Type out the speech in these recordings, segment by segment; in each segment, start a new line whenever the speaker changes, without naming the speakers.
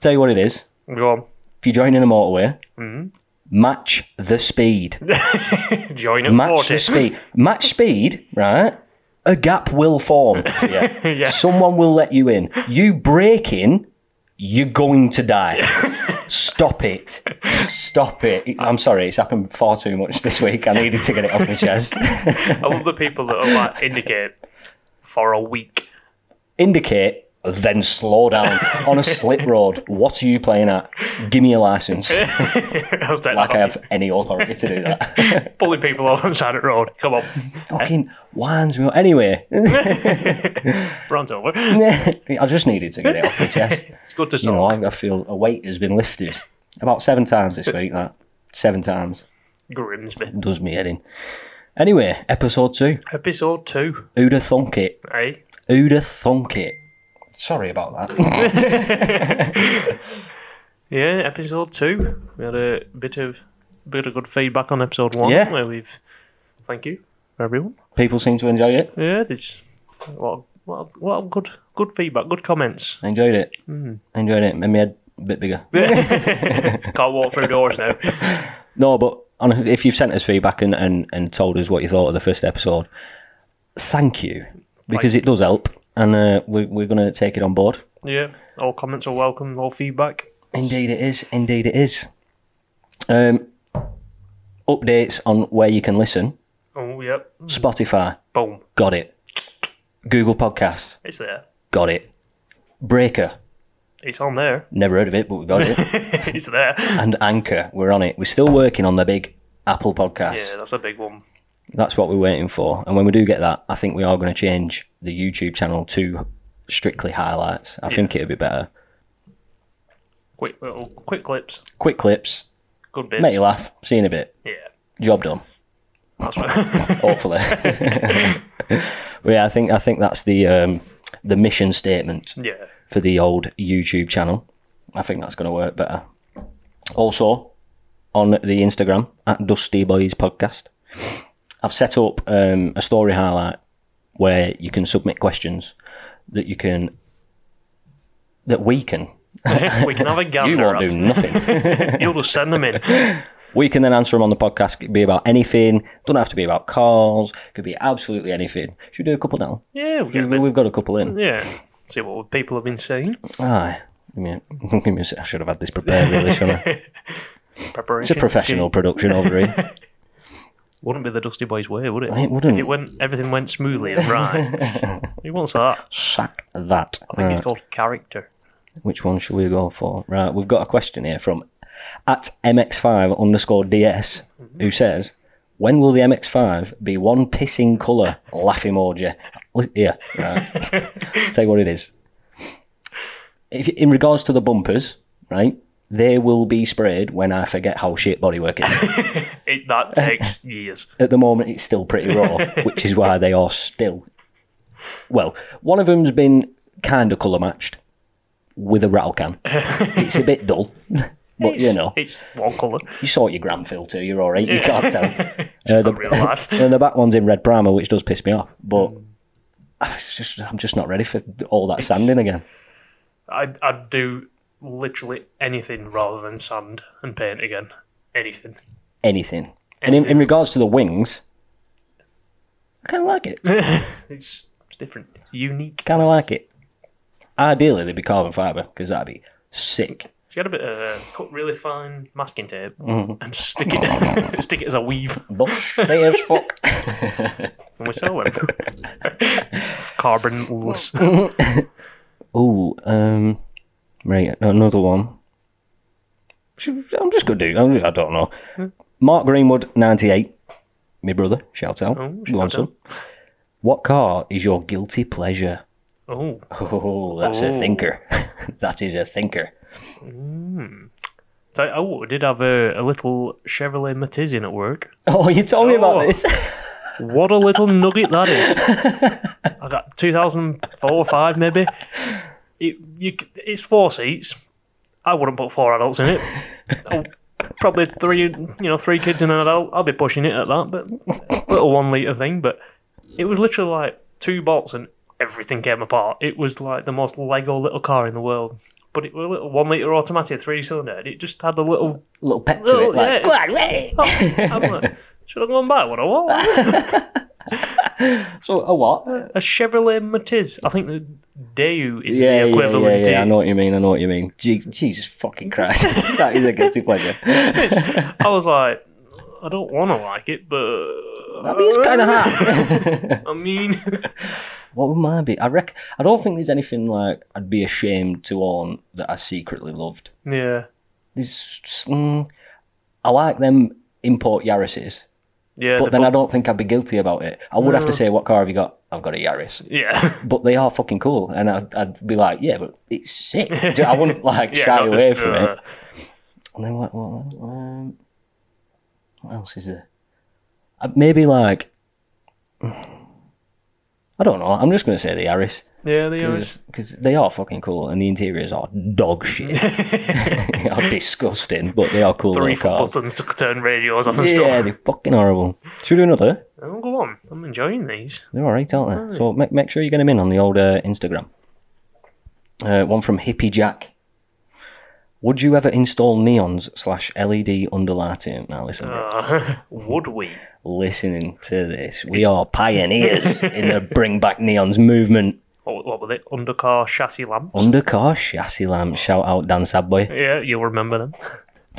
Tell you what it is.
Go on.
If you're joining a motorway, match the speed.
Join at
match
40.
the speed. Match speed, right? A gap will form. for you.
Yeah.
Someone will let you in. You break in, you're going to die. Stop it. Stop it. I'm sorry, it's happened far too much this week. I needed to get it off my chest.
I love the people that are like, indicate for a week.
Indicate, then slow down on a slip road. What are you playing at? Give me a license.
I'll take
Like I
that.
have any authority to do that.
Pulling people off on the side of the road. Come on.
Fucking winds me up. Anyway,
Runs over.
I just needed to get it off my chest.
It's good to
you know,
talk.
I, I feel a weight has been lifted about seven times this week. That seven times
Grimsby.
does me head in. Anyway, episode two.
Episode 2.
Uda thunk it.
Eh?
Uda thunk it. Sorry about that.
Yeah, episode 2. We had a bit of bit of good feedback on episode 1
Yeah.
where we've... Thank you, everyone.
People seem to enjoy it.
Yeah, there's a lot of, lot of, lot of good, good feedback, good comments.
Enjoyed it. Enjoyed it. Made my head a bit bigger.
Can't walk through doors now.
No, but honestly, if you've sent us feedback and, and, and told us what you thought of the first episode, thank you because it does help, and uh, we, we're going to take it on board.
Yeah, all comments are welcome, all feedback.
Indeed, it is. Indeed, it is. Um, updates on where you can listen:
Oh, yep.
Spotify,
Boom.
got it. Google Podcasts,
It's there.
got it. Breaker,
It's on there.
never heard of it, but we got it.
it's there.
and Anchor, we're on it. We're still working on the big Apple Podcasts.
Yeah, that's a big one.
That's what we're waiting for. And when we do get that, I think we are going to change the YouTube channel to strictly highlights. I think it'd be better.
Quick little quick clips.
Quick clips,
Good bits.
make you laugh. See you in a bit.
Yeah.
Job done.
That's right.
hopefully. but yeah, I think I think that's the um, the mission statement
yeah.
for the old YouTube channel. I think that's going to work better. Also, on the Instagram at Dusty Boys Podcast, I've set up um, a story highlight where you can submit questions that you can that we can.
we can have a gander.
You won't do
at-
nothing.
You'll just send them in.
We can then answer them on the podcast. It could be about anything. Don't have to be about cars. Could be absolutely anything. Should we do a couple now?
Yeah, we'll get
We-
them.
We've got a couple in.
Yeah. See what people have been saying.
Aye. Give me a- give me a sec. I should have had this prepared, really, shouldn't I?
Preparation.
It's a professional production over here.
Wouldn't be the Dusty Boys way, would it?
It wouldn't.
If it went, everything went smoothly and right. Who wants that? I
Sack that.
think it's
Right,
called character.
Which one should we go for? Right, we've got a question here from at mx5 underscore ds
Mm-hmm.
who says, when will the MX5 be one pissing colour laugh emoji? Well, Yeah, right. Tell you what it is. If, in regards to the bumpers, right, they will be sprayed when I forget how shit bodywork is.
It, that takes years.
at the moment it's still pretty raw, which is why they are still. Well, one of them's been kind of colour matched with a rattle can. It's a bit dull, but you
It's-
know,
It's one colour.
you sort your gram filter, you're all right. You can't tell.
It's not real life.
And the back one's in red primer, which does piss me off, but. It's just, I'm just not ready for all that sanding again.
I'd, I'd do literally anything rather than sand and paint again. Anything.
Anything. And in, in regards to the wings, I kind of like it.
It's, it's different. Unique.
Kind of like it. Ideally, they'd be carbon fibre because that'd be sick.
If you had a bit of uh, cut really fine masking tape and just stick it, stick it as a weave,
Bush, they as fuck.
and we sell them. Carbonless.
Ooh, um, right, another one. Should- I'm just gonna do. I'm, I don't know.
Hmm.
Mark Greenwood, ninety-eight. My brother, shout out. Go
Oh,
on,
shout out.
son. What car is your guilty pleasure?
Oh,
Oh, that's a
Oh.
thinker. that is a thinker.
so oh, I did have a, a little Chevrolet Matiz in at work.
Oh, you told me about
Oh.
this.
What a little nugget that is! I got 2004 or five maybe. It, you, c- it's four seats. I wouldn't put four adults in it. Oh, probably three, you know, three kids and an adult. I'll be pushing it at that, but little one liter thing. But it was literally like two bolts and everything came apart. It was like the most Lego little car in the world. but it was a little one litre automatic three cylinder and it just had a little.
Little pep to
little
it, like
yeah. I'm like, should I go and buy one or what?
so a what?
a Chevrolet Matiz. I think the Daewoo is
Yeah,
the
yeah,
equivalent
yeah, yeah. I
to
know what you mean. I know what you mean. Je- Jesus fucking Christ, that is a guilty pleasure. I
I was like, I don't want to like it, but
mean, it's kind of hard.
I mean,
what would mine be? I reckon. I don't think there's anything like I'd be ashamed to own that I secretly loved.
yeah,
There's, mm, I like them import Yaris's,
yeah,
but
the
then
bu-
I don't think I'd be guilty about it. I would have to say, "What car have you got?" I've got a Yaris.
yeah,
but they are fucking cool, and I'd, I'd be like, yeah, but it's sick. Do- I wouldn't like
yeah,
shy
not
away
just,
from
uh,
it. And then what? What, um, what else is there? Uh, maybe like, I don't know. I'm just gonna say the Yaris
Yeah, the uh, Yaris.
because they are fucking cool, and the interiors are dog shit. they are disgusting, but they are cool
Three
little cars.
buttons to turn radios off and
Yeah,
stuff.
they're fucking horrible. Should we do another?
Oh, go on, I'm enjoying these.
They're all right, aren't they? So make, make sure you get them in on the old uh, Instagram. Uh, one from Hippie Jack. Would you ever install neons slash LED underlighting? Now listen,
Uh, would we?
listening to this, we are pioneers in the bring back neons movement.
What, what were they? Undercar chassis lamps.
Undercar chassis lamps. Shout out Dan Sadboy.
yeah, you'll remember them.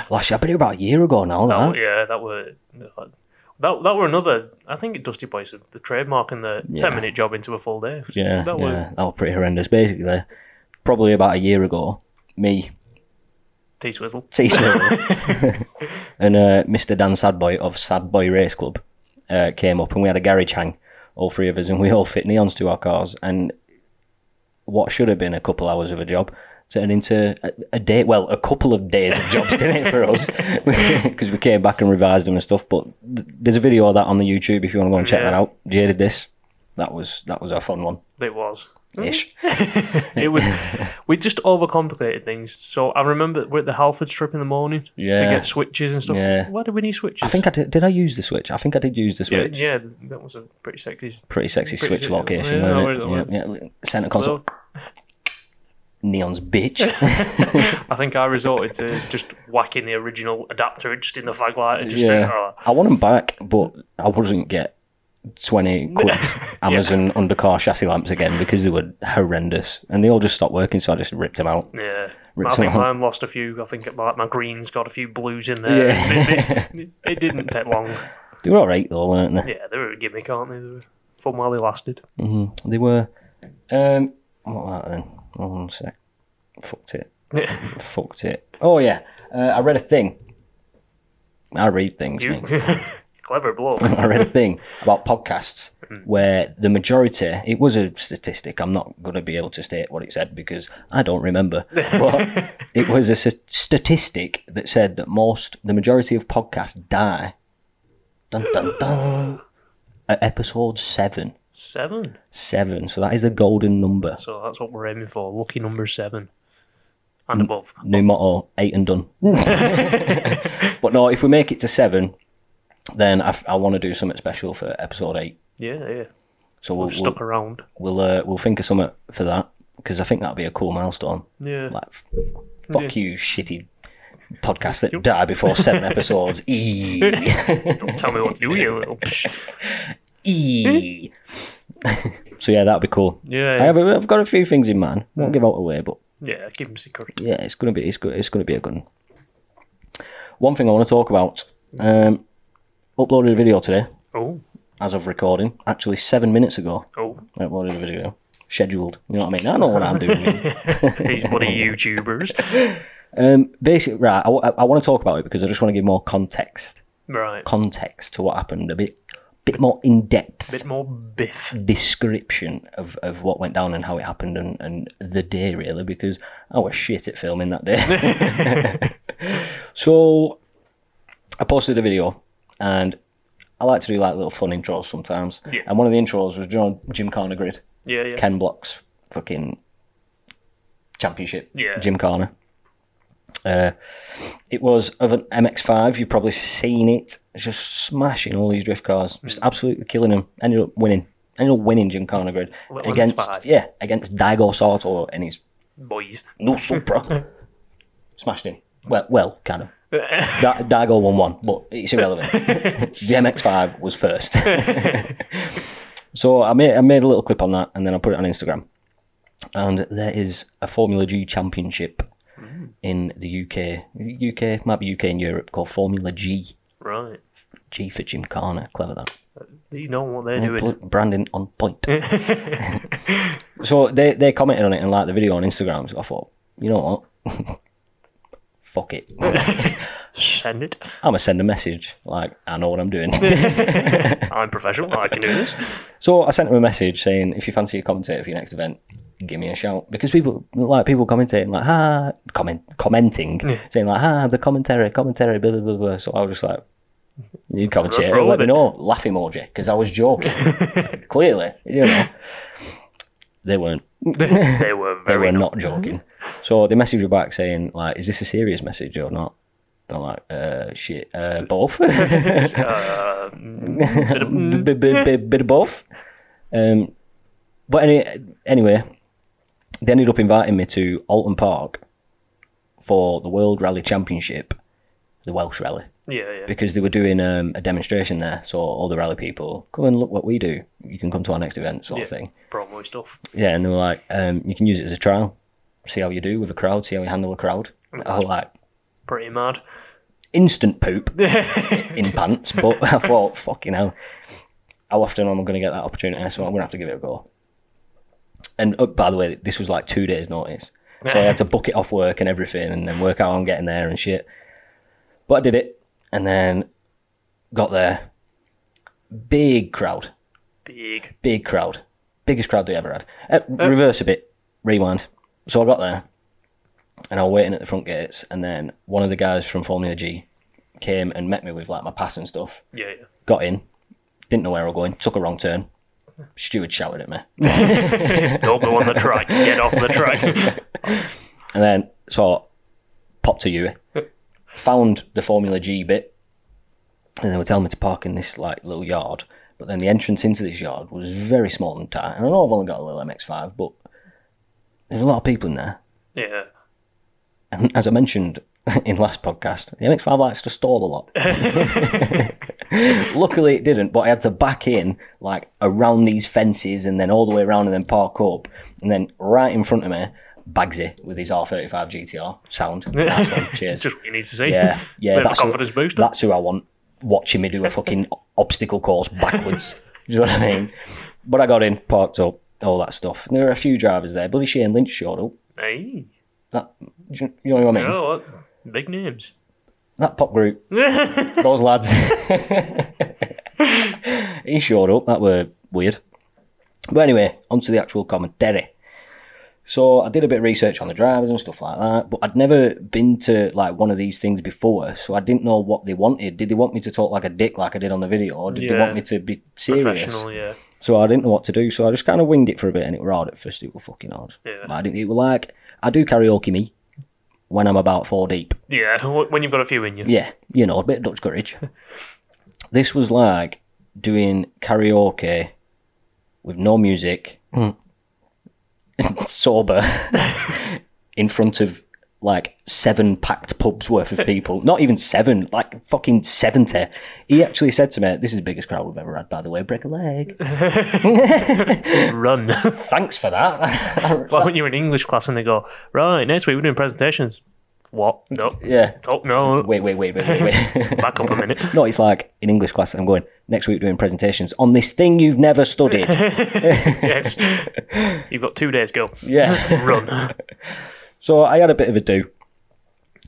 Gosh, I bet it about a year ago now.
Oh,
That
yeah, that were that that were another. I think Dusty Boys the trademark and the ten minute job into a full day.
yeah,
that were
yeah, that was pretty horrendous. Basically, probably about a year ago, me
T Swizzle.
T Swizzle. and uh, Mr. Dan Sadboy of Sadboy Race Club uh, came up and we had a garage hang, all three of us, and we all fit neons to our cars. And what should have been a couple hours of a job turned into a, a day, well, a couple of days of jobs, didn't it, for us? Because we came back and revised them and stuff. But th- there's a video of that on the YouTube if you want to go and check that
Yeah.
out. Jay did this. That was that was a fun one.
It was.
Ish.
It was. we just overcomplicated things. So I remember we're at the Halford strip in the morning to
Yeah.
get switches and stuff.
Yeah.
Why do we need switches?
I think I did. Did I use the switch? I think I did use the switch.
yeah, that was a pretty sexy.
pretty sexy
Pretty
switch
sexy.
location,
Yeah,
yeah,
I
wasn't
would- I
it?
would.
Yeah, yeah. Centre console,
Well,
neon's bitch.
I think I resorted to just whacking the original adapter just in the fag light and just saying,
yeah,
oh,
I want them back, but I wouldn't get twenty quid Amazon undercar chassis lamps again because they were horrendous, and they all just stopped working, so I just ripped them out.
yeah.
Ripped
I think
them out.
mine lost a few. I think like my green's got a few blues in there. It, it- it didn't take long.
They were all right though, weren't they?
Yeah, they were a gimmick, aren't they? they were fun while they lasted.
They were. Um, what was that then? Hold on a sec. Fucked it.
you,
Fucked it. Oh yeah, uh, I read a thing. I read things. mate.
clever bloke.
I read a thing about podcasts where the majority, it was a statistic. I'm not going to be able to state what it said because I don't remember. But it was a s- statistic that said that most, the majority of podcasts die. Dun, dun, dun. At episode seven.
Seven.
Seven. So that is the golden number.
So that's what we're aiming for. Lucky number seven
Mm.
and above.
New motto, eight and done. but no, if we make it to seven, then I, want to do something special for episode eight.
Yeah, yeah.
So we'll,
We've
we'll-
stuck around.
we'll uh, we'll think of something for that because I think that'd be a cool milestone.
Yeah.
Like, f- fuck
Yeah.
you, shitty podcasts that die before seven episodes. E, Eee.
Don't tell me what to do, you little. psh.
Eee. E. so yeah, that'd be cool.
Yeah,
I
yeah.
have a, I've got a few things in mind. Won't give out away, but
Yeah, keep them secret.
yeah, it's gonna be it's good. It's gonna be a good. One, one thing I want to talk about. Um, uploaded a video today
Oh,
as of recording. Actually, seven minutes ago,
oh.
I uploaded a video. Scheduled. You know what I mean? I know what I'm doing.
These bloody YouTubers.
Um, basically, right. I, want to talk about it because I just want to give more context,
Right.
context to what happened, a bit, bit more in depth
Bit more biff.
Mm. description of, of what went down and how it happened and, and the day really because I was shit at filming that day. so I posted a video and I like to do like little fun intros sometimes.
Yeah.
And one of the intros was drawn Jim Carner grid.
Yeah, yeah.
Ken Block's fucking championship,
Yeah.
Jim Carner. Uh, it was of an MX5. You've probably seen it, just smashing all these drift cars, just
Mm.
absolutely killing them. Ended up winning, ended up winning Jim Carner grid
Little
against
MX5.
yeah against Daigo Sato in his
boys.
No Supra. Smashed him. Well, well, kind of. That Dago won one, but it's irrelevant. the MX5 was first. so I made I made a little clip on that, and then I put it on Instagram. And there is a Formula G Championship in the UK, UK might be UK in Europe called Formula G.
right.
G for Gymkhana, clever that.
You know what they're doing.
Bl- Brandon on point. so they they commented on it and liked the video on Instagram. So I thought, you know what? Fuck it.
Send it.
I'm gonna send a message. Like I know what I'm doing.
I'm professional. I can do this.
so I sent him a message saying, if you fancy a commentator for your next event, give me a shout because people like people commentating like ha comment commenting saying like ha the commentary commentary blah blah blah. blah. So I was just like. You commentate.
roll
Let
with
me
it."
know. Laugh emoji because I was joking. Clearly, you know, they weren't.
They were
they
very.
were not joking. So they messaged me back saying, like, is this a serious message or not? And I'm like, uh, shit, uh, both. bit,
uh, bit of- mm.
bit, bit, bit of both. Um, but any, anyway, they ended up inviting me to Alton Park for the World Rally Championship, the Welsh Rally,
yeah, yeah.
because they were doing um, a demonstration there. So all the rally people, come and look what we do. You can come to our next event, sort of
Yeah.
thing.
Promo stuff.
Yeah, and they were like, um, you can use it as a trial. See how you do with a crowd, see how you handle a crowd. I was like,
Pretty mad.
instant poop in pants, but I thought, fucking hell, how often am I going to get that opportunity? So I'm going to have to give it a go. And oh, by the way, this was like two days' notice. So I had to book it off work and everything and then work out how I'm getting there and shit. But I did it and then got there. Big crowd,
Big.
big crowd, biggest crowd they ever had. Uh, reverse a bit, rewind. So I got there, and I was waiting at the front gates, and then one of the guys from Formula G came and met me with like my pass and stuff.
Yeah, yeah.
Got in, didn't know where I was going, took a wrong turn. Steward shouted at me,
Don't go on the track. Get off the track.
and then so I popped to you, found the Formula G bit, and they were telling me to park in this like little yard. But then the entrance into this yard was very small and tight. And I know I've only got a little MX5, but there's a lot of people in there.
yeah.
And as I mentioned in last podcast, the MX5 likes to stall a lot. Luckily, it didn't, but I had to back in like around these fences and then all the way around and then park up. And then right in front of me, Bagsy with his R35 GTR sound. Nice one, Cheers.
Just what you need to see.
Yeah, yeah.
Bit of a
who-
confidence booster.
That's who I want watching me do a fucking obstacle course backwards. do you know what I mean? But I got in, parked up, all that stuff. And there were a few drivers there. Bloody Shane Lynch showed up.
Hey.
That, do you, you know what I mean?
Oh, what? Big names.
That pop group, those lads. he showed up. That were weird. But anyway, onto the actual commentary. So I did a bit of research on the drivers and stuff like that, but I'd never been to like one of these things before, so I didn't know what they wanted. Did they want me to talk like a dick like I did on the video, or did they
Yeah.
want me to be serious?
Professional, yeah.
So I didn't know what to do, so I just kind of winged it for a bit, and it were hard at first. It were fucking hard.
Yeah.
But I didn't. It were like I do karaoke me when I'm about four deep.
Yeah, wh- when you've got a few in you.
Yeah, you know, a bit of Dutch courage. this was like doing karaoke with no music, sober, in front of like seven packed pubs worth of people. Not even seven, like fucking 70. He actually said to me, This is the biggest crowd we've ever had, by the way, break a leg.
Run.
Thanks for that.
But when you're in English class and they go, right, next week we're doing presentations. What? No.
yeah.
Oh, no.
Wait, wait, wait, wait, wait, wait.
Back up a minute.
No, it's like in English class, I'm going, next week doing presentations on this thing you've never studied.
Yes. You've got two days, go.
yeah.
Run.
So I had a bit of a do,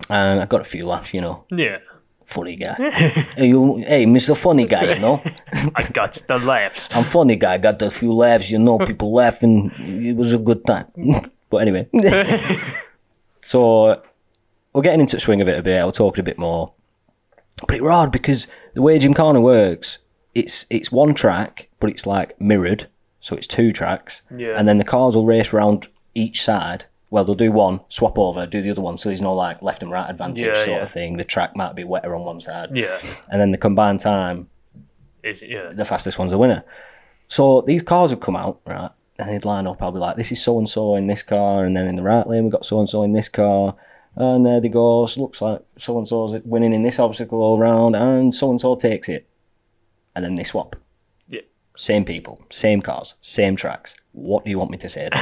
and I got a few laughs. You know,
Yeah.
funny guy. hey, you, hey, Mister Funny Guy. You know,
I got the laughs.
I'm funny guy. Got a few laughs. You know, people laughing. It was a good time. but anyway, so we're getting into the swing of it a bit. I was talking a bit more, but it were hard because the way Gymkhana works, it's it's one track, but it's like mirrored, so it's two tracks,
Yeah.
and then the cars will race round each side. Well, they'll do one, swap over, do the other one, so there's no like left and right advantage
Yeah,
sort
yeah.
of thing. The track might be wetter on one side,
Yeah.
and then the combined time
Is it, yeah.
the fastest one's the winner. So these cars have come out, right? and they'd line up. I'll be like, this is so and so in this car, and then in the right lane we've got so and so in this car, and there they go. So looks like so and so's winning in this obstacle all round, and so and so takes it, and then they swap.
Yeah.
Same people, same cars, same tracks. What do you want me to say?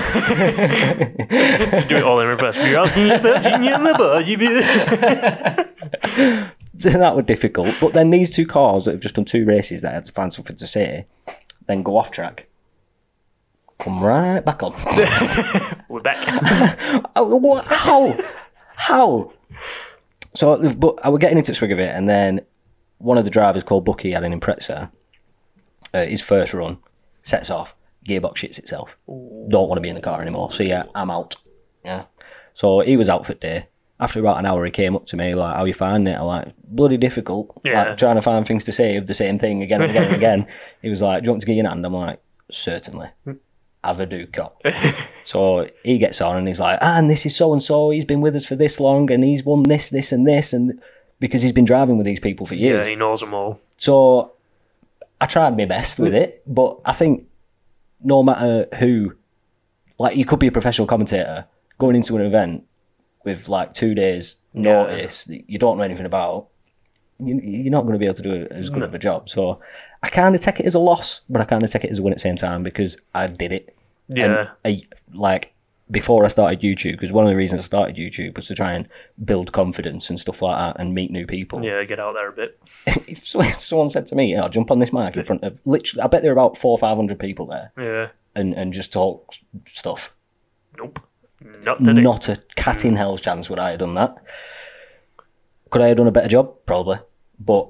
Just do it all in reverse. You're asking your virgin, you're the virgin.
So that were difficult. But then these two cars that have just done two races that had to find something to say, then go off track, come right back on.
We're back.
Oh, what? How? How? So, but I was getting into the swing of it, and then one of the drivers called Bucky had an impreza. Uh, his first run sets off, gearbox shits itself. Don't want to be in the car anymore. So yeah, I'm out. Yeah. So he was out for the day. After about an hour, he came up to me like, "How you finding it?" I'm like, "Bloody difficult."
Yeah.
Like trying to find things to say of the same thing again and again and again. He was like, "Do you want me to give you an hand?" I'm like, "Certainly." Have a do cop. So he gets on and he's like, ah, and this is so and so. He's been with us for this long and he's won this, this, and this, and because he's been driving with these people for
Yeah,
years.
he knows them all.
So I tried my best with it, but I think no matter who, like you could be a professional commentator going into an event with like two days
Yeah.
notice that you don't know anything about. You, you're not going to be able to do as good of a job. So I kind of take it as a loss, but I kind of take it as a win at the same time because I did it. And
Yeah.
I, like before I started YouTube, because one of the reasons I started YouTube was to try and build confidence and stuff like that and meet new people.
yeah, get out there a bit.
if so- if someone said to me, "I'll jump on this mic in front of literally," I bet there are about four, five hundred people there,
Yeah.
and and just talk s- stuff.
Nope. Not today.
Not a cat in hell's chance would I have done that. Could I have done a better job? Probably, but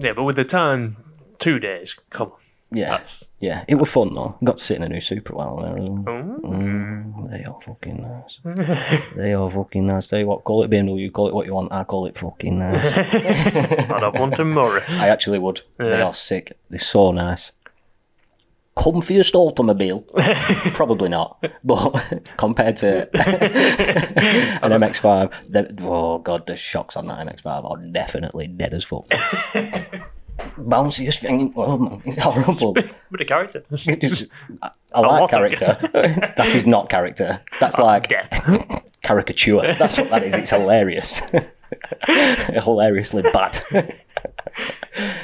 Yeah, but with the time, two days. Come on.
yeah,
That's.
yeah, it was fun though. Got to sit in a new super while there as well.
Oh,
Mm, they are fucking nice. they are fucking nice. Tell you what, call it BMW, call it what you want. I call it fucking nice.
I'd have one tomorrow.
I actually would. They
Yeah.
are sick. They're so nice. Comfiest automobile? Probably not. But compared to an MX5, the- oh god, the shocks on that MX5 are definitely dead as fuck. Bounciest thing in the world, man. It's horrible.
With a character.
I, I like
lot of it.
character. that is not character. That's, like
Death.
caricature. That's what that is. It's hilarious. Hilariously bad.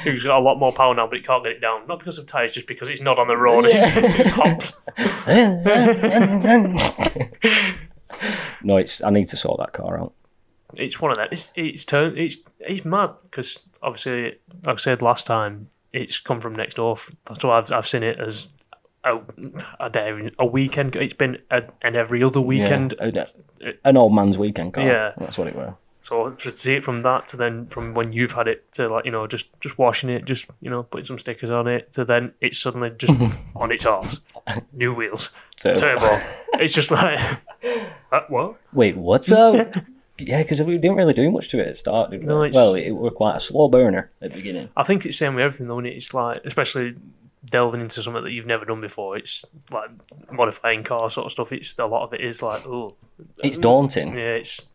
Who's got a lot more power now, but he can't get it down. Not because of tyres, just because it's not on the road. It just hops.
no, it's. I need to sort that car out.
it's one of that. It's it's turn. It's it's mad because obviously, like I said last time, it's come from next door. f- So I've I've seen it as a, a day, a weekend. It's been a, an every other weekend.
Yeah, a- Oh, an old man's weekend car.
Yeah.
that's what it were.
So to see it from that to then from when you've had it to like you know just just washing it, just you know putting some stickers on it to then it's suddenly just on its arse, new wheels,
So
turbo. it's just like uh, what?
wait, what's up? yeah, because we didn't really do much to it at the start. Did we?
No, it's-
Well, it, were quite a slow burner at the beginning.
I think it's the same with everything though, and it's like especially delving into something that you've never done before. It's like modifying car sort of stuff. It's a lot of it is like oh
It's daunting.
yeah, it's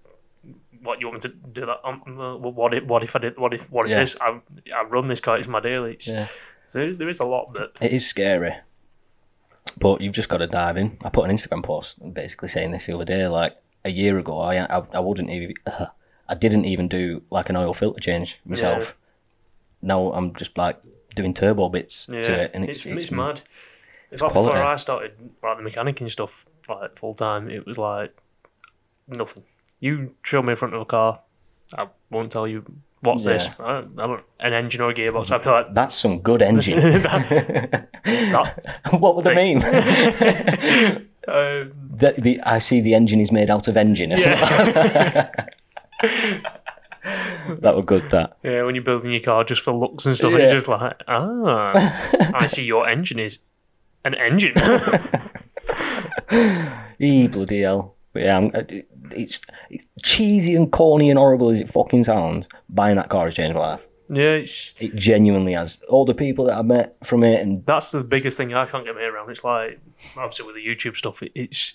what you want me to do that. Um, uh, what if what if I did what if what if
Yeah.
this I I run this car. It's my daily. It's,
Yeah.
So there is a lot that
It is scary. But you've just got to dive in. I put an Instagram post basically saying this the other day. Like a year ago, I I, I wouldn't even I didn't even do like an oil filter change myself. Now I'm just like doing turbo bits
yeah,
to it, and
it's,
it's
it's, mad. It's like
quality.
before I started like the mechanic and stuff like full time. It was like nothing. You show me in front of a car, I won't tell you what's this.
Yeah.
I, I don't, an engine or a gearbox. I'd be like,
That's some good engine.
that.
what would the
Thing.
meme?
Um,
the, the I see the engine is made out of engine. Or something.
yeah.
That were good. That
yeah, when you're building your car just for looks and stuff,
Yeah.
it's just like, ah, I see your engine is an engine.
e bloody hell. But yeah, I'm, it- it's it's cheesy and corny and horrible as it fucking sounds. Buying that car has changed my life.
yeah, it's
It genuinely has. All the people that I met from it, and
that's the biggest thing I can't get my head around. It's like obviously with the YouTube stuff, it, it's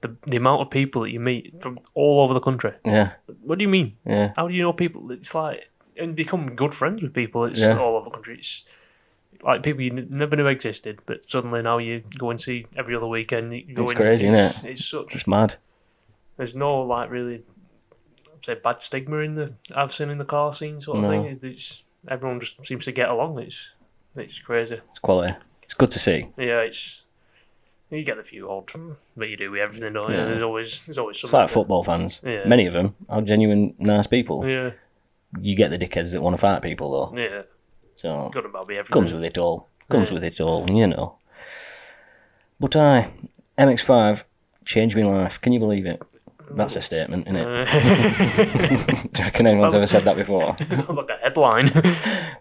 the the amount of people that you meet from all over the country.
yeah,
What do you mean?
yeah,
How do you know people? It's like and become good friends with people. It's
Yeah.
all over the country. It's like people you n- never knew existed, but suddenly now you go and see every other weekend. You go
It's
in,
crazy,
it's,
innit?
It's such.
It's mad.
There's no like really, I'd say bad stigma in the I've seen in the car scene sort of
No.
thing. It's, it's everyone just seems to get along. It's it's crazy.
It's quality. It's good to see.
Yeah, it's you get a few odd, but you do with everything, don't you?
Yeah.
There's always there's always
It's
something.
like football fans.
Yeah.
Many of them are genuine, nice people.
Yeah,
You get the dickheads that want to fight people, though.
yeah.
So
Got about be everything.
comes with it all. Comes
Yeah.
with it all, you know. But I, MX5, changed my life. Can you believe it? That's a statement, isn't it? Do you reckon anyone's ever said that before?
Sounds like a headline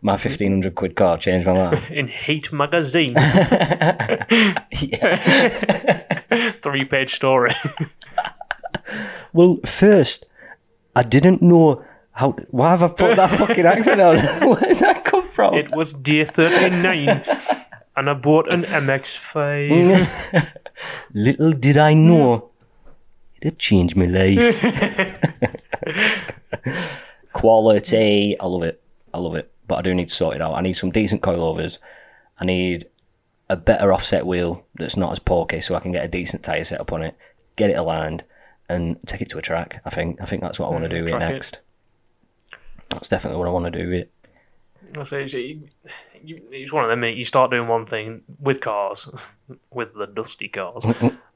My 1500 quid car changed my life.
in Heat magazine.
yeah.
Three page story.
Well, first, I didn't know how. Why have I put that fucking accent on? Where does that come from?
It was day 39 and I bought an
Mm.
MX5.
Little did I know, it had changed my life. Quality, I love it. I love it. But I do need to sort it out. I need some decent coilovers. I need a better offset wheel that's not as porky, so I can get a decent tire set up on it, get it aligned, and take it to a track. I think. I think that's what I want to do with Mm, it
track it.
next. That's definitely what I want to do with it.
I say, it's, you, it's one of them, innit? you start doing one thing with cars, with the dusty cars,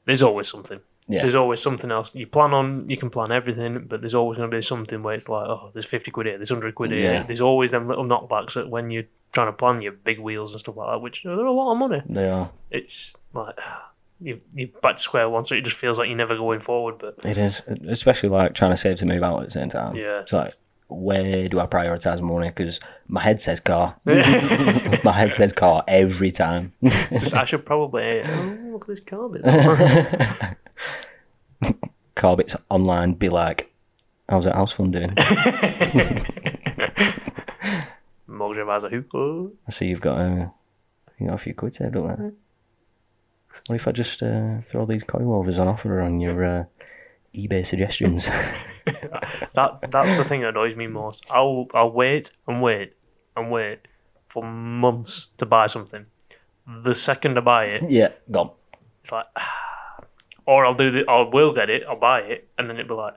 there's always something.
Yeah.
There's always something else. You plan on, you can plan everything, but there's always going to be something where it's like, oh, there's 50 quid here, there's 100 quid here.
Yeah.
There's always them little knockbacks that when you're trying to plan your big wheels and stuff like that, which are a lot of money.
They are.
It's like, you, you're back to square one, so it just feels like you're never going forward, but
It is, especially like trying to save to move out at the same time.
Yeah.
It's like, where do I prioritize money? Because my head says car. my head says car every time.
just, I should probably, oh, look at this car bit.
Carbit's online be like, how's that house fund doing? I
Morgan has a hoop. oh.
see you've got a, you got a few quid saved up there. What if I just uh, throw these coilovers on offer on your uh, eBay suggestions?
That that's the thing that annoys me most. I'll I'll wait and wait and wait for months to buy something. The second I buy it,
yeah, gone.
it's like, or I'll do the I will get it, I'll buy it, and then it'll be like,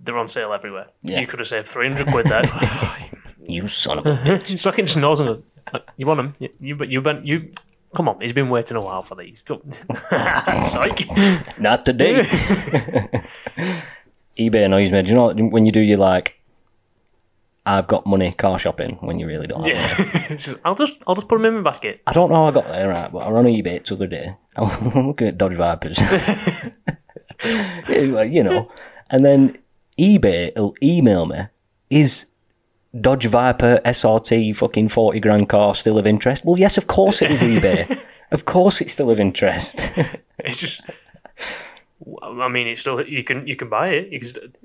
they're on sale everywhere.
Yeah.
You could have saved three hundred quid there. It's like,
You son of a.
it's like it's nose and like, you want them? You you but you been you. Come on, he's been waiting a while for these. Go- Psych.
Not today. eBay annoys me. Do you know when you do your like, I've got money car shopping when you really don't have money.
It's just, I'll just I'll just put them in my basket.
I don't know how I got there, right? But I was on eBay the other day. I was looking at Dodge Vipers. Yeah, well, you know, and then eBay will email me, is Dodge Viper SRT fucking 40 grand car still of interest? Well, yes, of course it is eBay. of course it's still of interest.
It's just, I mean, it's still you can you can buy it. You can st-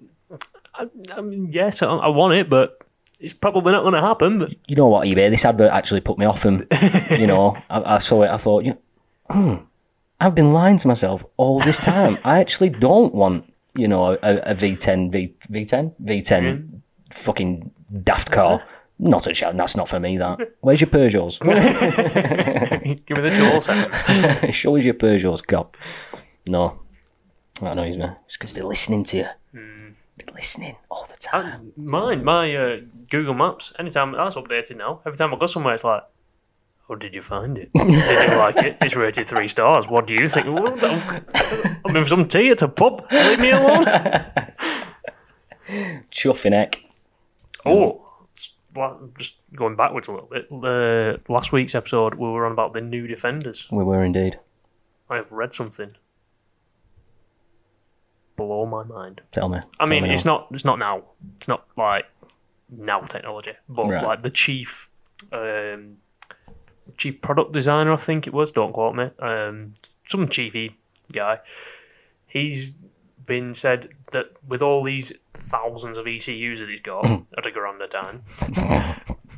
I, I mean, yes, I, I want it, but it's probably not going to happen. But
you know what, eBay, this advert actually put me off him. you know, I, I saw it, I thought, you know, hmm, I've been lying to myself all this time. I actually don't want, you know, a, a V10, V, V10, V10
Hmm.
fucking daft car. Not a chance. That's not for me, that. Where's your Peugeots?
give me the dual seconds.
Show us your Peugeots, cop. No. That annoys me. It's because they're listening to you.
Hmm.
They're listening all the time.
And Mine, my uh, Google Maps. Anytime that's updated now. Every time I go somewhere, it's like. Oh, did you find it? Did you like it? It's rated three stars. What do you think? Well, I'm having some tea at a pub. Leave me alone.
Chuffy neck.
Oh, it's- well, just going backwards a little bit. The last week's episode, we were on about the new defenders.
We were indeed.
I have read something blow my mind.
Tell me.
I
Tell
mean,
me
it's not it's not now. It's not like now technology, but
Right.
like the chief um, chief product designer, I think it was. Don't quote me. Um, some chiefy guy. He's been said that with all these thousands of ECUs that he's got at a grand a time,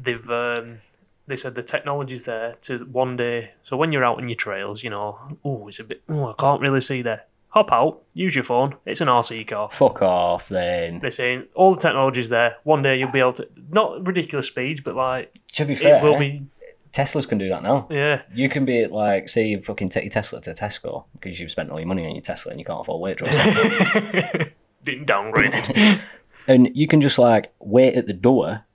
they've um, they said the technology's there to one day. So when you're out on your trails, you know, oh, it's a bit. Oh, I can't really see there. Hop out, use your phone. It's an RC car.
Fuck off then.
They're saying all the technology's there. One day you'll be able to not ridiculous speeds, but like
To be
it will be
Teslas can do that now.
Yeah.
You can be like, say, you fucking take your Tesla to Tesco because you've spent all your money on your Tesla and you can't afford Waitrose,
Didn't downgrade.
and you can just like wait at the door,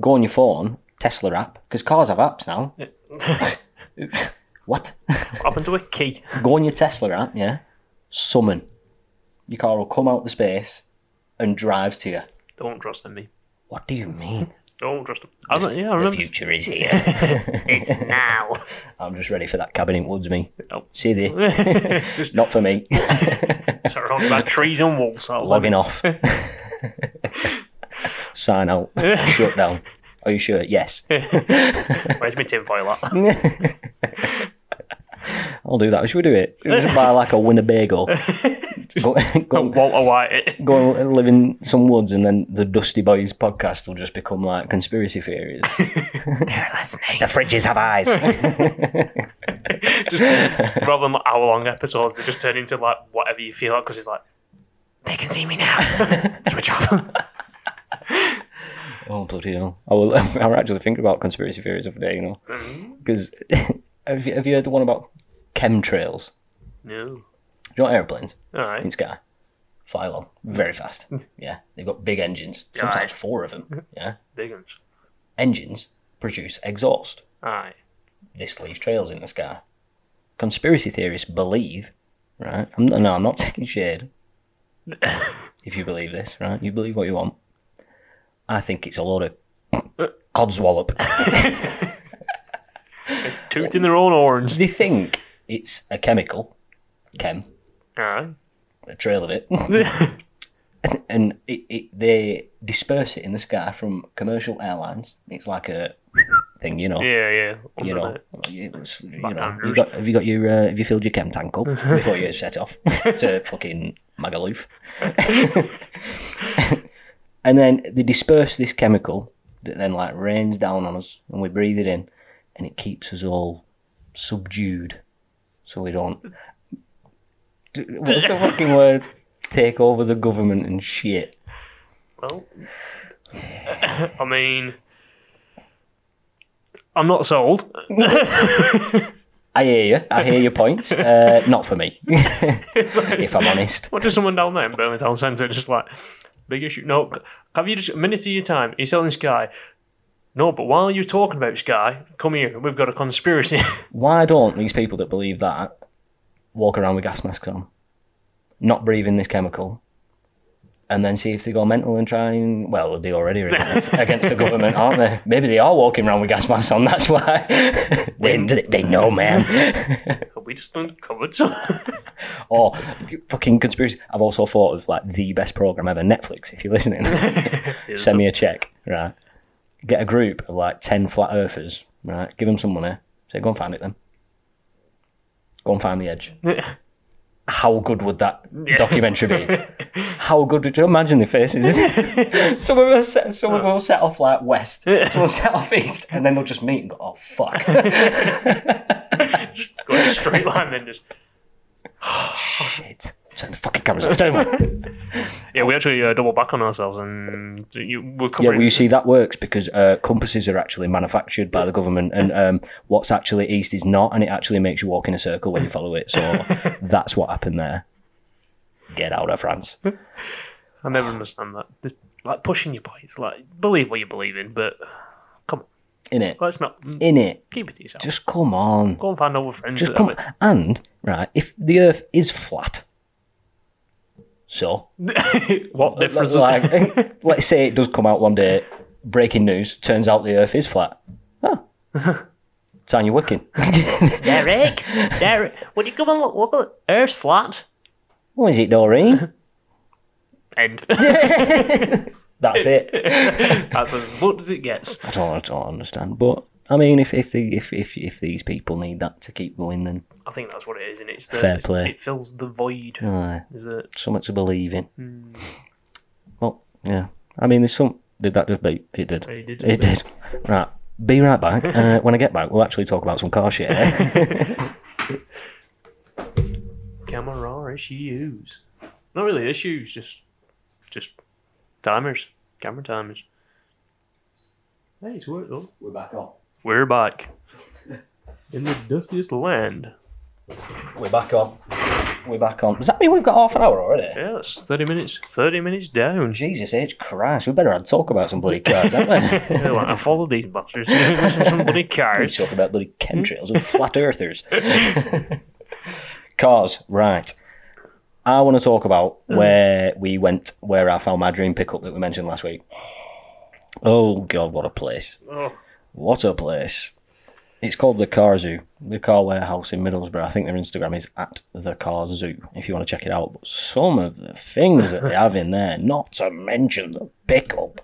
go on your phone, Tesla app, because cars have apps now. what?
what happened to a key?
go on your Tesla app, yeah. Summon. Your car will come out the space and drive to you.
Don't trust in me.
What do you mean?
Don't trust him. I don't, yeah, I
The
remember.
future is here.
It's now.
I'm just ready for that cabin in woods, me.
Oh.
See the
Just
not for me.
surrounded by trees and walls. that'll do.
Logging off. Sign out. Shut down. Are you sure? Yes.
Where's my tinfoil at?
I'll do that. Should we do it? Should we just buy like a Winnebago. go, go,
Walter White.
go and live in some woods, and then the Dusty Boys podcast will just become like conspiracy theories.
They're listening.
the fridges have eyes.
Just, rather than like hour long episodes, they just turn into like whatever you feel like because it's like, they can see me now. Switch off.
oh bloody hell! I will. I were actually thinking about conspiracy theories of the day, you know,
Mm.
because have you have you heard the one about chemtrails?
no.
Do you know airplanes?
All right.
in sky, fly along very fast. Yeah, they've got big engines, sometimes
Aye.
four of them. Yeah,
Big ones.
engines produce exhaust.
Aye.
This leaves trails in the sky. Conspiracy theorists believe, right? I'm not, no, I'm not taking shade. if you believe this, right? You believe what you want. I think it's a load of codswallop.
Tooting their own horns.
they think it's a chemical, chem,
Aye.
a trail of it. and it, it, they disperse it in the sky from commercial airlines. It's like a thing, you know.
Yeah, yeah.
You
Under
know,
the-
you, it's- you know,
Backhanders.
you got, have you got your, uh, have you filled your chem tank up before you set off to fucking Magaluf? and then they disperse this chemical that then like rains down on us and we breathe it in and it keeps us all subdued so we don't, D- what's the fucking word? Take over the government and shit.
Well, I mean, I'm not sold.
I hear you. I hear your points. Uh, not for me, if I'm honest.
What does someone down there in Birmingham Town Centre just like big issue? No, c- have you just a minute of your time? You're selling Sky. No, but while you're talking about Sky, come here. We've got a conspiracy.
why don't these people that believe that walk around with gas masks on, not breathing this chemical, and then see if they go mental and try and well, they already are against, against the government, aren't they? Maybe they are walking around with gas masks on. That's why they, they know, man.
Have we just uncovered some?
Or fucking conspiracy. I've also thought of like the best program ever, Netflix. If you're listening, send me a check, right? Get a group of like ten flat earthers, right? Give them some money. Say, go and find it then. Go and find the edge. how good would that documentary be? How good would you imagine the faces? some of us, set- some of us set off like west, some will set off east, and then they'll just meet and go, "Oh fuck,
Just go in a straight line then just.
shit!" Turn the fucking cameras off. Turn them off.
Yeah, we actually uh, double back on ourselves and uh, you, we're
Yeah,
covering.
well, you see that works because uh, compasses are actually manufactured by the government, and um, what's actually east is not, and it actually makes you walk in a circle when you follow it. So that's what happened there. Get out of France.
I never understand that. It's like pushing your points. Like, believe what you believe in, but
In it,
let's not mm,
in it.
keep it to yourself.
Just come on.
Go and find other friends.
Just
that
come.
have it.
And right, if the Earth is flat, so
What difference? does-
like, eh, let's say it does come out one day. Breaking news: turns out the Earth is flat. Oh, Tanya Wicking.
Derek, Derek, would you come and look? Look at Earth's flat.
What is it, Doreen?
End.
That's it.
That's as good as it gets.
I don't, I don't understand. But I mean, if if, the, if if if these people need that to keep going, then
I think that's what it is, and it's the,
Fair
it's-
play.
It fills the void.
uh,
Is it?
something to believe in. Well, yeah. I mean, there's some. Did that just beat? It did.
It did,
It did. Right. Be right back. Uh, when I get back, we'll actually talk about some car shit. eh?
Camera issues. Not really issues, just just timers, camera timers. Hey, it's worked though.
We're back on.
We're back. In the dustiest land.
We're back on. We're back on. Does that mean we've got half an hour already?
Yeah, that's 30 minutes. 30 minutes down.
Jesus H Christ, we better talk about some bloody cars, haven't we?
Yeah, like, I follow these bastards. Listen to some bloody
we
cars.
talk about bloody chemtrails and flat earthers. Cars, right. I want to talk about where we went, where I found my dream pickup that we mentioned last week. Oh God, what a place!
Oh,
What a place! It's called the Car Zoo, the car warehouse in Middlesbrough. I think their Instagram is at the Car Zoo if you want to check it out. But some of the things that they have in there, not to mention the pickup,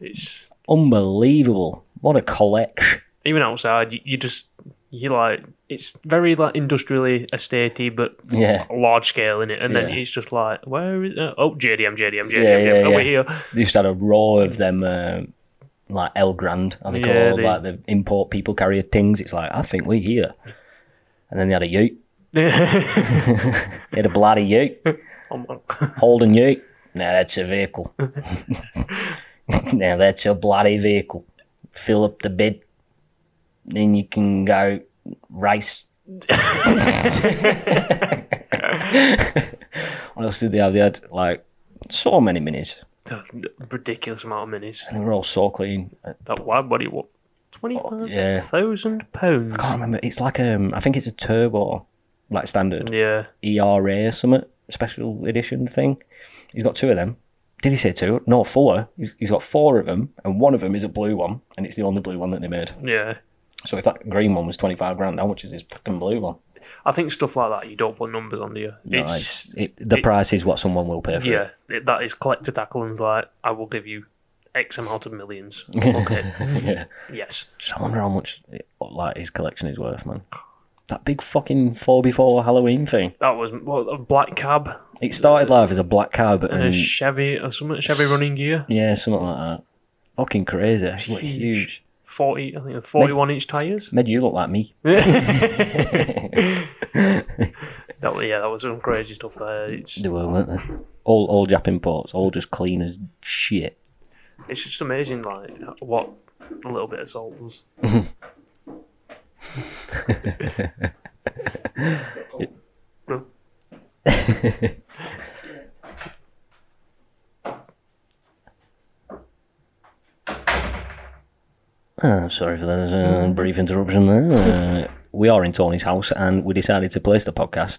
it's
unbelievable. What a collection!
even outside. You, you just you like it's very like industrially estatey, but
Yeah.
large scale in it. And then
Yeah.
it's just like where is uh, oh JDM JDM JDM,
Yeah, yeah,
JDM, over
yeah.
here.
They just had a row of them, uh, like El Grand, are they
Yeah,
called?
they-
Like the import people carrier things. It's like, I think we're here. And then they had a ute. They had a bloody ute.
I'm like,
Holden ute. Now that's a vehicle. now that's a bloody vehicle. Fill up the bed. Then you can go race. what else did they have? They had like so many minis.
ridiculous amount of minutes.
And they were all so clean.
That wide body what twenty
Oh, yeah.
five thousand pounds.
can't remember. It's like um, I think it's a turbo, like standard E
Yeah.
ERA summit special edition thing. He's got two of them. Did he say two? No, four. He's, he's got four of them, and one of them is a blue one, and it's the only blue one that they made.
Yeah.
So if that green one was twenty five grand, how much is this fucking blue one?
I think stuff like that you don't put numbers on, do you?
No, it's, it, the
it's-
price is what someone will pay for. it.
Yeah, it- that is collector tackling's like, I will give you X amount of millions. Okay.
yeah.
yes.
So I wonder how much like his collection is worth, man. That big fucking four before Halloween thing.
That was what, a black cab
It started live as a black car, but
and a
um,
Chevy or something, Chevy running gear.
Yeah, something like that. Fucking crazy. It was
Huge.
huge.
40, I think 41 inch tyres.
Made you look like me.
That, was- yeah, that was some crazy stuff there. It's,
They were, weren't they? All, all Jap imports, all just clean as shit.
it's just amazing, like, what a little bit of salt does. No.
Ah, sorry for that uh, brief interruption there. Uh, we are in Tony's house and we decided to place the podcast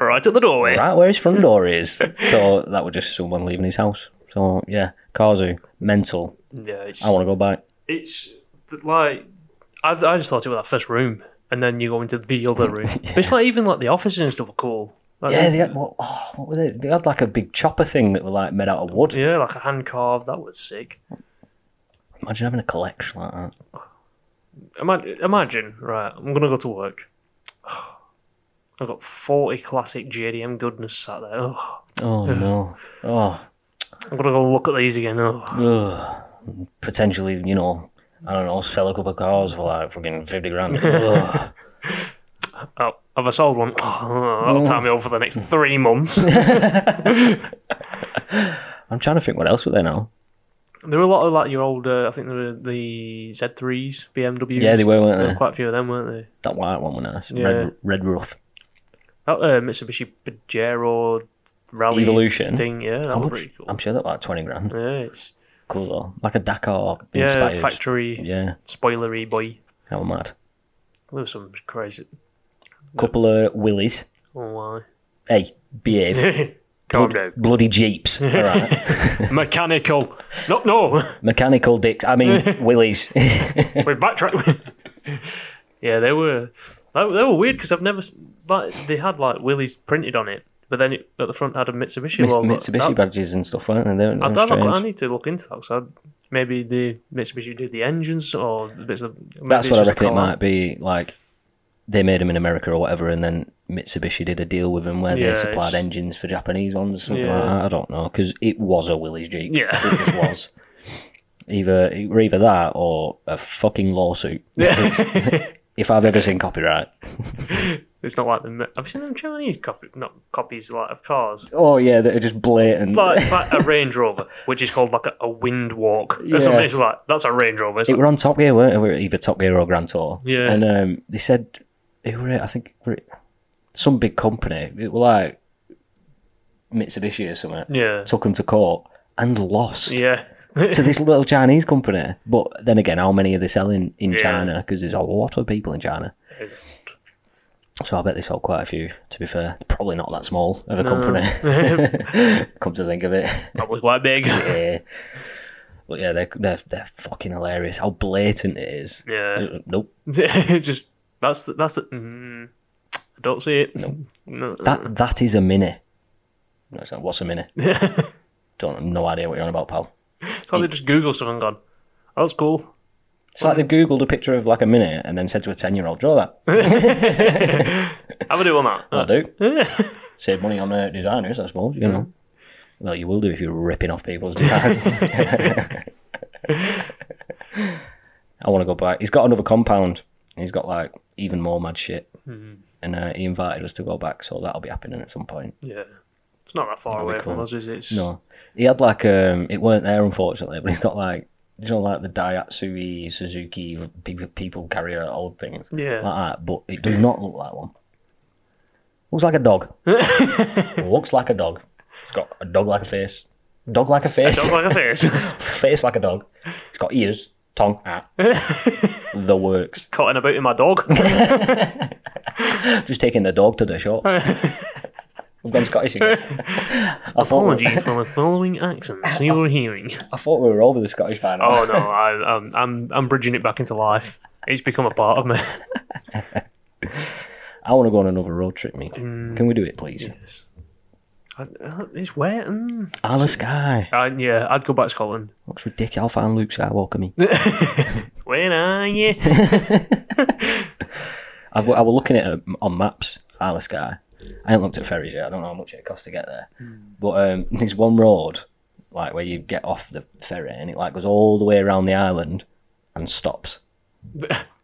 Right at the doorway.
right where his front door is. So that was just someone leaving his house. So yeah, Kazu, mental.
Yeah, it's,
I want to go back.
it's th- like I, I just thought it was that first room, and then you go into the other room. But it's like even like the offices and stuff are cool. Like,
Yeah, they had, what, oh, what were they? They had like a big chopper thing that were like made out of wood.
yeah, like a hand carved. That was sick.
Imagine having a collection like that.
Imagine, imagine, right? I'm gonna go to work. I've got forty classic JDM goodness sat there. Oh,
Oh no. Oh.
I'm gonna go look at these again. Oh,
Ugh. potentially, you know, I don't know, sell a couple of cars for like fucking 50 grand. Ugh.
oh have I sold one? Oh,
Mm.
that'll tie me over for the next three months. there
I'm trying to think what else were there now.
were a lot of like your old. Uh, I think there were the Z3s, BMWs.
Yeah, they were, weren't
There
they?
were quite a few of them, weren't they?
That white one was nice.
Yeah.
Red, Red Rough.
That uh, Mitsubishi Pajero Rally
Evolution.
thing, yeah, that
How
was
much?
pretty cool.
I'm sure that was like 20 grand.
Yeah, it's
Cool though. Like a Dakar
yeah,
inspired.
factory
Yeah,
spoilery boy.
that was mad.
There was some crazy.
Couple of Willies.
Oh
Hey, behave.
my! Calm down.
Bloody Jeeps. All right.
Mechanical. No, no.
Mechanical dicks. I mean, Willies.
We're backtrack. yeah, they were. They, they were weird because I've never. s- Like, they had like Willys printed on it, but then it, at the front had a Mitsubishi logo.
Mitsubishi
That,
badges and stuff, weren't they? They were-
I,
they
I,
were
don't know, I
strange.
need to look into that. So maybe the Mitsubishi did the engines or bits of. maybe
That's
it's
what I
just a
reckon it
collab.
might be. Like they made them in America or whatever, and then Mitsubishi did a deal with them where
Yeah,
they supplied
it's-
engines for Japanese ones, something
Yeah.
like that. I don't know because it was a Willys Jeep.
Yeah.
it just was. Either it were either that or a fucking lawsuit.
Yeah.
If I've ever seen copyright,
It's not like the. Have you seen them Chinese copy, not copies like of cars?
Oh yeah, that are just blatant.
Like, it's like a Range Rover, which is called like a, a Windwalk. Or something.
Yeah.
It's like that's a Range Rover. It's
It
like,
were on Top Gear, weren't it? We were either Top Gear or Grand Tour.
Yeah.
And um, they said, who were it? I think were it some big company. It were like Mitsubishi or something.
yeah,
Took them to court and lost
yeah,
to this little Chinese company. But then again, how many are they selling in
Yeah.
China? Because there's a lot of people in China.
It's-
So I bet they sold quite a few. To be fair, probably not that small of a company. Come to think of it,
probably quite big.
yeah. But yeah, they're, they're they're fucking hilarious. How blatant it is.
Yeah,
Uh, Nope.
It's just that's the, that's the, mm, I don't see it. No,
That that is a mini. No, it's not. What's a mini? Don't no idea what you're on about, pal.
it's like they just Google stuff and gone. Oh, that's cool.
It's like they googled a picture of like a mini and then said to a ten year old, "Draw that."
Have a do on that.
I do. Save money on uh, designers, I suppose. You know. Well, you will do if you're ripping off people's designs. I want to go back. He's got another compound. and He's got like even more mad shit. And uh, he invited us to go back, so that'll be happening at some point.
Yeah, it's not that far away from
cool.
us, is it? It's,
No, he had like um, it weren't there unfortunately, but he's got like you know like the Daihatsu Suzuki people people carrier old things
Yeah.
like that, but it does not look like one. Looks like a dog. looks like a dog. It's got a dog like a face, dog like a face,
Don't like a face.
face like a dog. It's got ears, tongue, ah. the works.
Cutting about in my dog.
Just taking the dog to the shops. We've gone Scottish again. I thought we,
Apologies for the following accents you are hearing.
I thought we were over the Scottish by now.
Oh no, I, I'm I'm I'm bridging it back into life. It's become a part of me.
I want to go on another road trip, mate.
Mm.
Can we do it, please?
Yes. I, I- it's wet and
Ah, the sky.
I, Uh, yeah, I'd go back to Scotland.
Looks ridiculous. I'll find Luke Skywalker, me.
Where are you?
I, w- I was looking at it on maps, Isle of Skye. I haven't looked at ferries yet. I don't know how much it costs to get there. But um, there's one road, like where you get off the ferry, and it like goes all the way around the island and stops.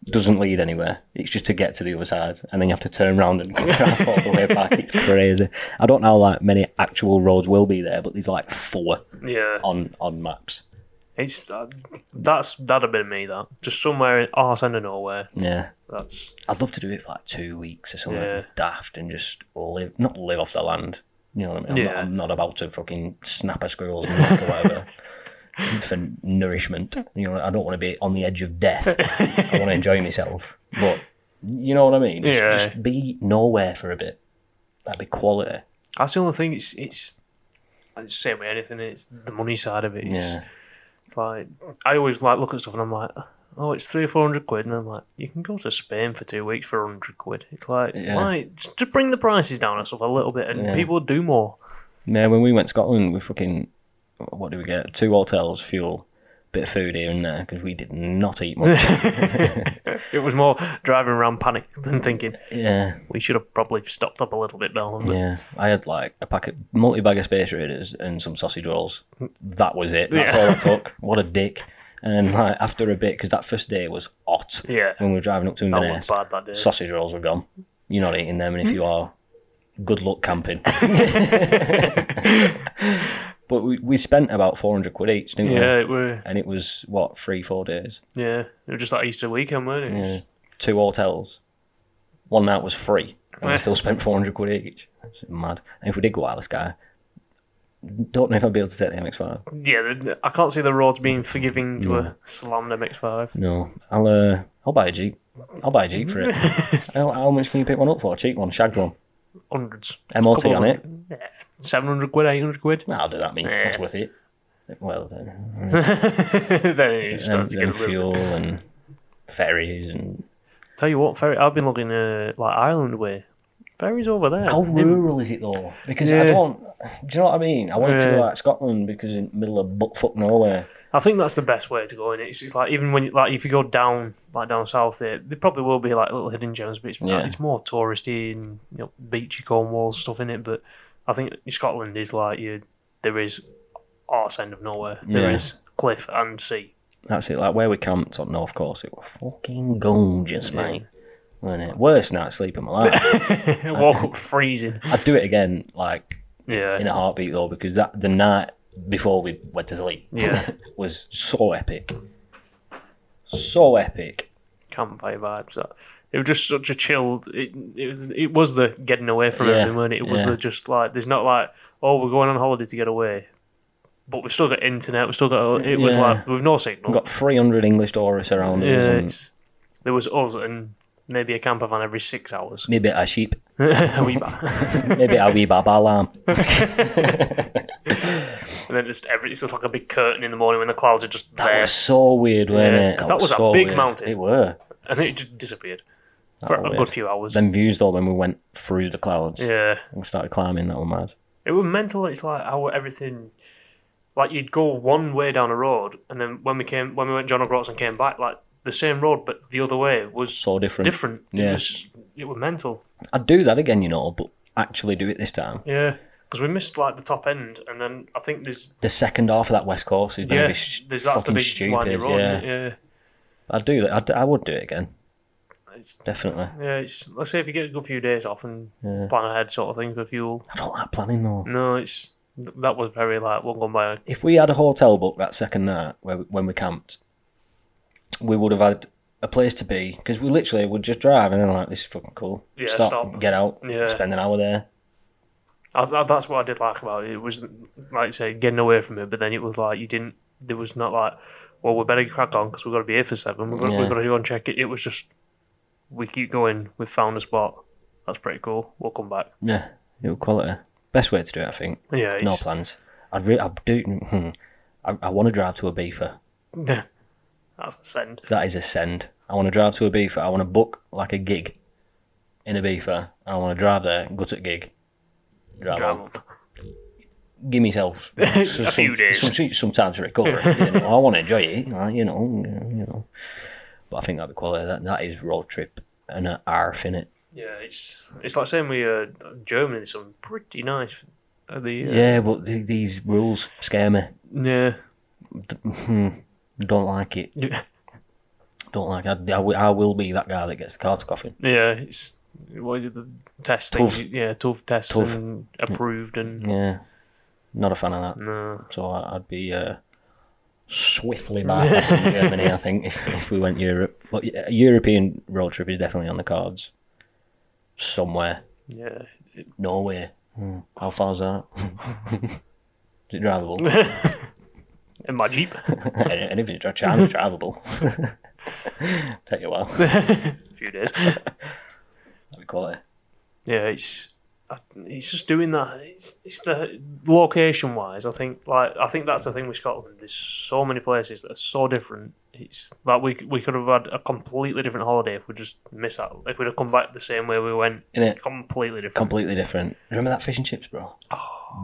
Doesn't lead anywhere. It's just to get to the other side, and then you have to turn round and drive all the way back. It's crazy. I don't know how like many actual roads will be there, but there's like four
Yeah,
on on maps.
it's uh, that's that'd have been me. That just somewhere in arse end of nowhere.
Yeah.
That's
I'd love to do it for like two weeks or something
Yeah.
daft and just live, not live off the land. You know what I mean? I'm, not,
Yeah.
I'm not about to fucking snap a squirrel's neck or whatever for nourishment. You know, I don't want to be on the edge of death. I want to enjoy myself. But you know what I mean? Just,
Yeah.
just be nowhere for a bit. That'd be quality.
that's the only thing. It's it's. I just say with anything. It's the money side of it. It's,
Yeah.
It's like I always like look at stuff and I'm like, oh, it's three or four hundred quid, and I'm like, you can go to Spain for two weeks for hundred quid. It's like,
Yeah.
why? Just to bring the prices down and stuff a little bit, and
Yeah.
people would do more.
Yeah, when we went to Scotland, we fucking what did we get? Two hotels, fuel, bit of food here and there because we did not eat much.
It was more driving around panicked than thinking
yeah.
we should have probably stopped up a little bit down. But
Yeah, I had like a packet, multi bag of space raiders and some sausage rolls. That was it. That's
Yeah.
all I took. What a dick. And like after a bit, because that first day was hot
yeah,
when we were driving up to
that looked
Inverness,
bad Hmm? that day.
sausage rolls were gone. You're not eating them, and if you are, good luck camping. but we, we spent about 400 quid each, didn't we?
yeah, it were.
And it was what, three, four days?
Yeah, it was just like Easter weekend, weren't it? It's-
Two hotels. One night was free, and
Yeah.
we still spent 400 quid each. It's mad. And if we did go out of the sky, don't know if I'd be able to take the MX5.
Yeah, the- I can't see the roads being forgiving to a slammed MX-5.
No, I'll uh, I'll buy a jeep. I'll buy a jeep for it. how, how much can you pick one up for? A cheap one, shagged one,
Hundreds.
MOT
Couple
on
of-
it.
Yeah, 700 quid, 800 quid.
Nah, I'll do that. Me,
Yeah.
that's worth it. Well, then,
then it
then,
starts to get
then
a little bit-
fuel and ferries and
Tell you what, ferry. I've been looking uh, like Ireland way. Ferries over there.
How
In-
rural is it though? Because I
Yeah.
don't. Do you know what I mean? I wanted to
Yeah.
go out to Scotland because in the middle of buttfuck nowhere.
I think that's the best way to go in. It's, it's like even when you, like if you go down like down south there, there probably will be like little hidden gems, but it's,
Yeah.
it's more touristy and you know beachy Cornwall stuff in it. But I think Scotland is like you. There is arse end of nowhere. There
Yeah.
is cliff and sea.
That's it. Like where we camped on North Course, it was fucking gorgeous, mate. wasn't it? Worst night sleep of my life.
Woke up freezing.
I'd do it again, like
Yeah.
in a heartbeat though, because that the night before we went to sleep
Yeah.
was so epic, so epic.
campfire vibes. That it was just such a chilled. It it was, it was the getting away from
Yeah,
everything, was it? It was
yeah.
the just like there's not like oh we're going on holiday to get away, but we've still got internet. We've still got it was
Yeah.
like we've no
We
signal.
got three hundred English tourists around
yeah,
us, and
it's, there was us and maybe a camper van every six hours.
maybe a sheep,
A wee bit.
maybe a wee baba lamb.
and then just every it's just like a big curtain in the morning when the clouds are just
That
there,
was so weird, wasn't
Yeah,
it?
'cause that was a
so
big
weird.
mountain.
It were.
and then it just disappeared for
was
a
weird.
good few hours.
Them views though, when we went through the clouds
yeah.
and started climbing, that were mad.
It was mental. It's like how everything, like you'd go one way down a road, and then when we came, when we went John O'Groats and came back, like the same road but the other way was
So different.
different.
Yeah.
It was it was mental.
I'd do that again, you know, but actually do it this time.
Yeah, because we missed like the top end, and then I think there's
The second half of that West Coast is going to
yeah,
be sh-
there's that's the
fucking
big windy
stupid.
road.
yeah,
isn't it?
I'd do that. I'd, I would do it again,
yeah. It's,
definitely.
yeah, it's, let's say if you get a good few days off and
Yeah.
plan ahead, sort of thing for fuel.
I don't like planning though.
No, it's th- that was very like one gone by.
If we had a hotel book that second night where, when we camped, we would have had a place to be because we literally would just drive and then like this is fucking cool.
Yeah, stop.
get out,
Yeah.
spend an hour there.
I, I, that's what I did like about it. It was like you say getting away from it, but then it was like you didn't. There was not like, well, we better crack on because we've got to be here for seven. We've got,
Yeah.
we've got to go and check it. It was just we keep going. We've found a spot. That's pretty cool. We'll come back.
Yeah, new quality. Best way to do it, I think.
Yeah,
No
it's,
plans. I'd re- I do. Hmm, I, I want to drive to a beefer.
that's a send.
That is a send. I want to drive to a beefer. I want to book like a gig in a beefer. I want to drive there, gut at gig, drive,
Drive
home.
on.
Give myself you know, so-
A few
some-
days.
Some, some, time to recover. you know, I want to enjoy it. like, you know, you know. But I think that'd be quality. That that is road trip and an arf in it.
Yeah, it's it's like saying we uh Germany. there's Some pretty nice. At the, uh,
Yeah, but th- these rules scare me.
yeah.
Don't like it.
Yeah.
Don't like. I, I, will- I will be that guy that gets the car to coffin.
Yeah, it's what is it, the test things.
Tough.
Yeah, tough tests
Tough.
and approved and
Yeah, not a fan of that.
no.
So I- I'd be uh, swiftly bypassing Germany, I think, if, if we went Europe. But yeah, a European road trip is definitely on the cards. Somewhere,
Yeah,
Norway. Hmm, How far's that? is it drivable?
in my jeep.
and, and if it's China's drivable, take you a while. That'd
a few days.
be quality.
yeah, it's I- it's just doing that. It's, it's the location wise. I think like I think that's the thing with Scotland. There's so many places that are so different. It's like we we could have had a completely different holiday if we just missed that. If we'd have come back the same way we went,
In it,
completely different.
completely different. Remember that fish and chips, bro?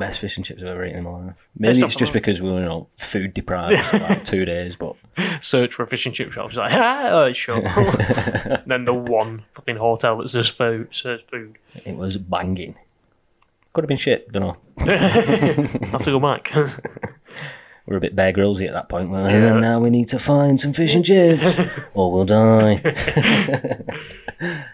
Best fish and chips I've ever eaten in my life.
Best
Maybe
of
it's
my
just
life.
because we were you know, food deprived for like two days, but
Search for a fish and chip shop. It's like ah, oh, sure. then the one fucking hotel that says food serves food.
it was banging. Could have been shit, don't know.
have to go back.
We were a bit bear grillsy at that point. weren't we? And then now we need to find some fish and chips, or we'll die. yeah,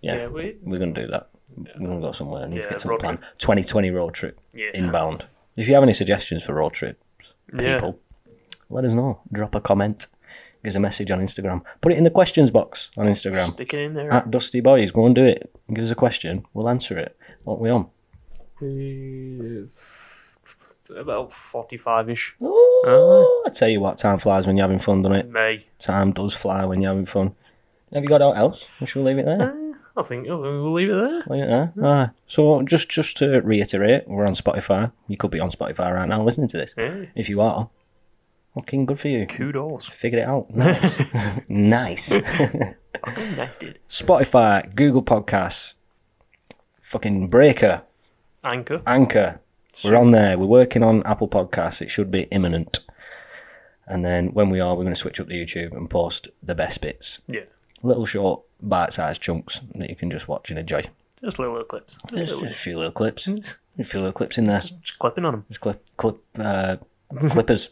yeah, we,
we're gonna do that. We're gonna go somewhere. I need to
Yeah,
get some
road
plan. Twenty twenty road trip
yeah.
inbound. If you have any suggestions for road trip
yeah.
people, let us know. Drop a comment. Give us a message on Instagram. Put it in the questions box on Instagram.
Stick it in there.
At Dusty Boys, go and do it. Give us a question. We'll answer it. What we on?
about 45 ish.
Oh, I tell you what, time flies when you're having fun, doesn't it?
May.
Time does fly when you're having fun. Have you got out else? We shall leave it there.
I think oh, we'll leave it there.
Leave it there. Aye. So just just to reiterate, we're on Spotify. You could be on Spotify right now listening to this.
Yeah.
If you are, fucking good for you.
Kudos.
Figured it out. Nice. nice.
Fucking nice, dude.
Spotify, Google Podcasts, fucking Breaker,
Anchor.
Anchor. We're on there. We're working on Apple Podcasts. It should be imminent. And then when we are, we're going to switch up to YouTube and post the best bits.
Yeah.
little short bite-sized chunks that you can just watch and enjoy.
Just little clips. Just,
Just,
little,
just a few little clips, a few little clips in there.
just clipping on them.
Just clip, clip, uh, Clippers.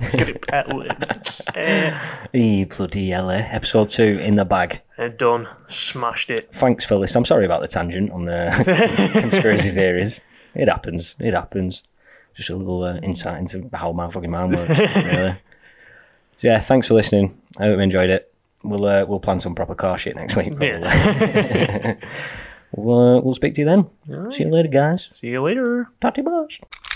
Skip it. Eh,
Eee, E bloody LA. Episode two in the bag.
eh, done. Smashed it.
Thanks for this. I'm sorry about the tangent on the conspiracy theories. It happens. It happens. Just a little uh, insight into how my fucking mind works. really. So yeah, thanks for listening. I hope you enjoyed it. We'll uh, we'll plan some proper car shit next week. Probably. we'll, uh, we'll speak to you then. See you later, guys.
See you later.
Tá Talk to you, boys.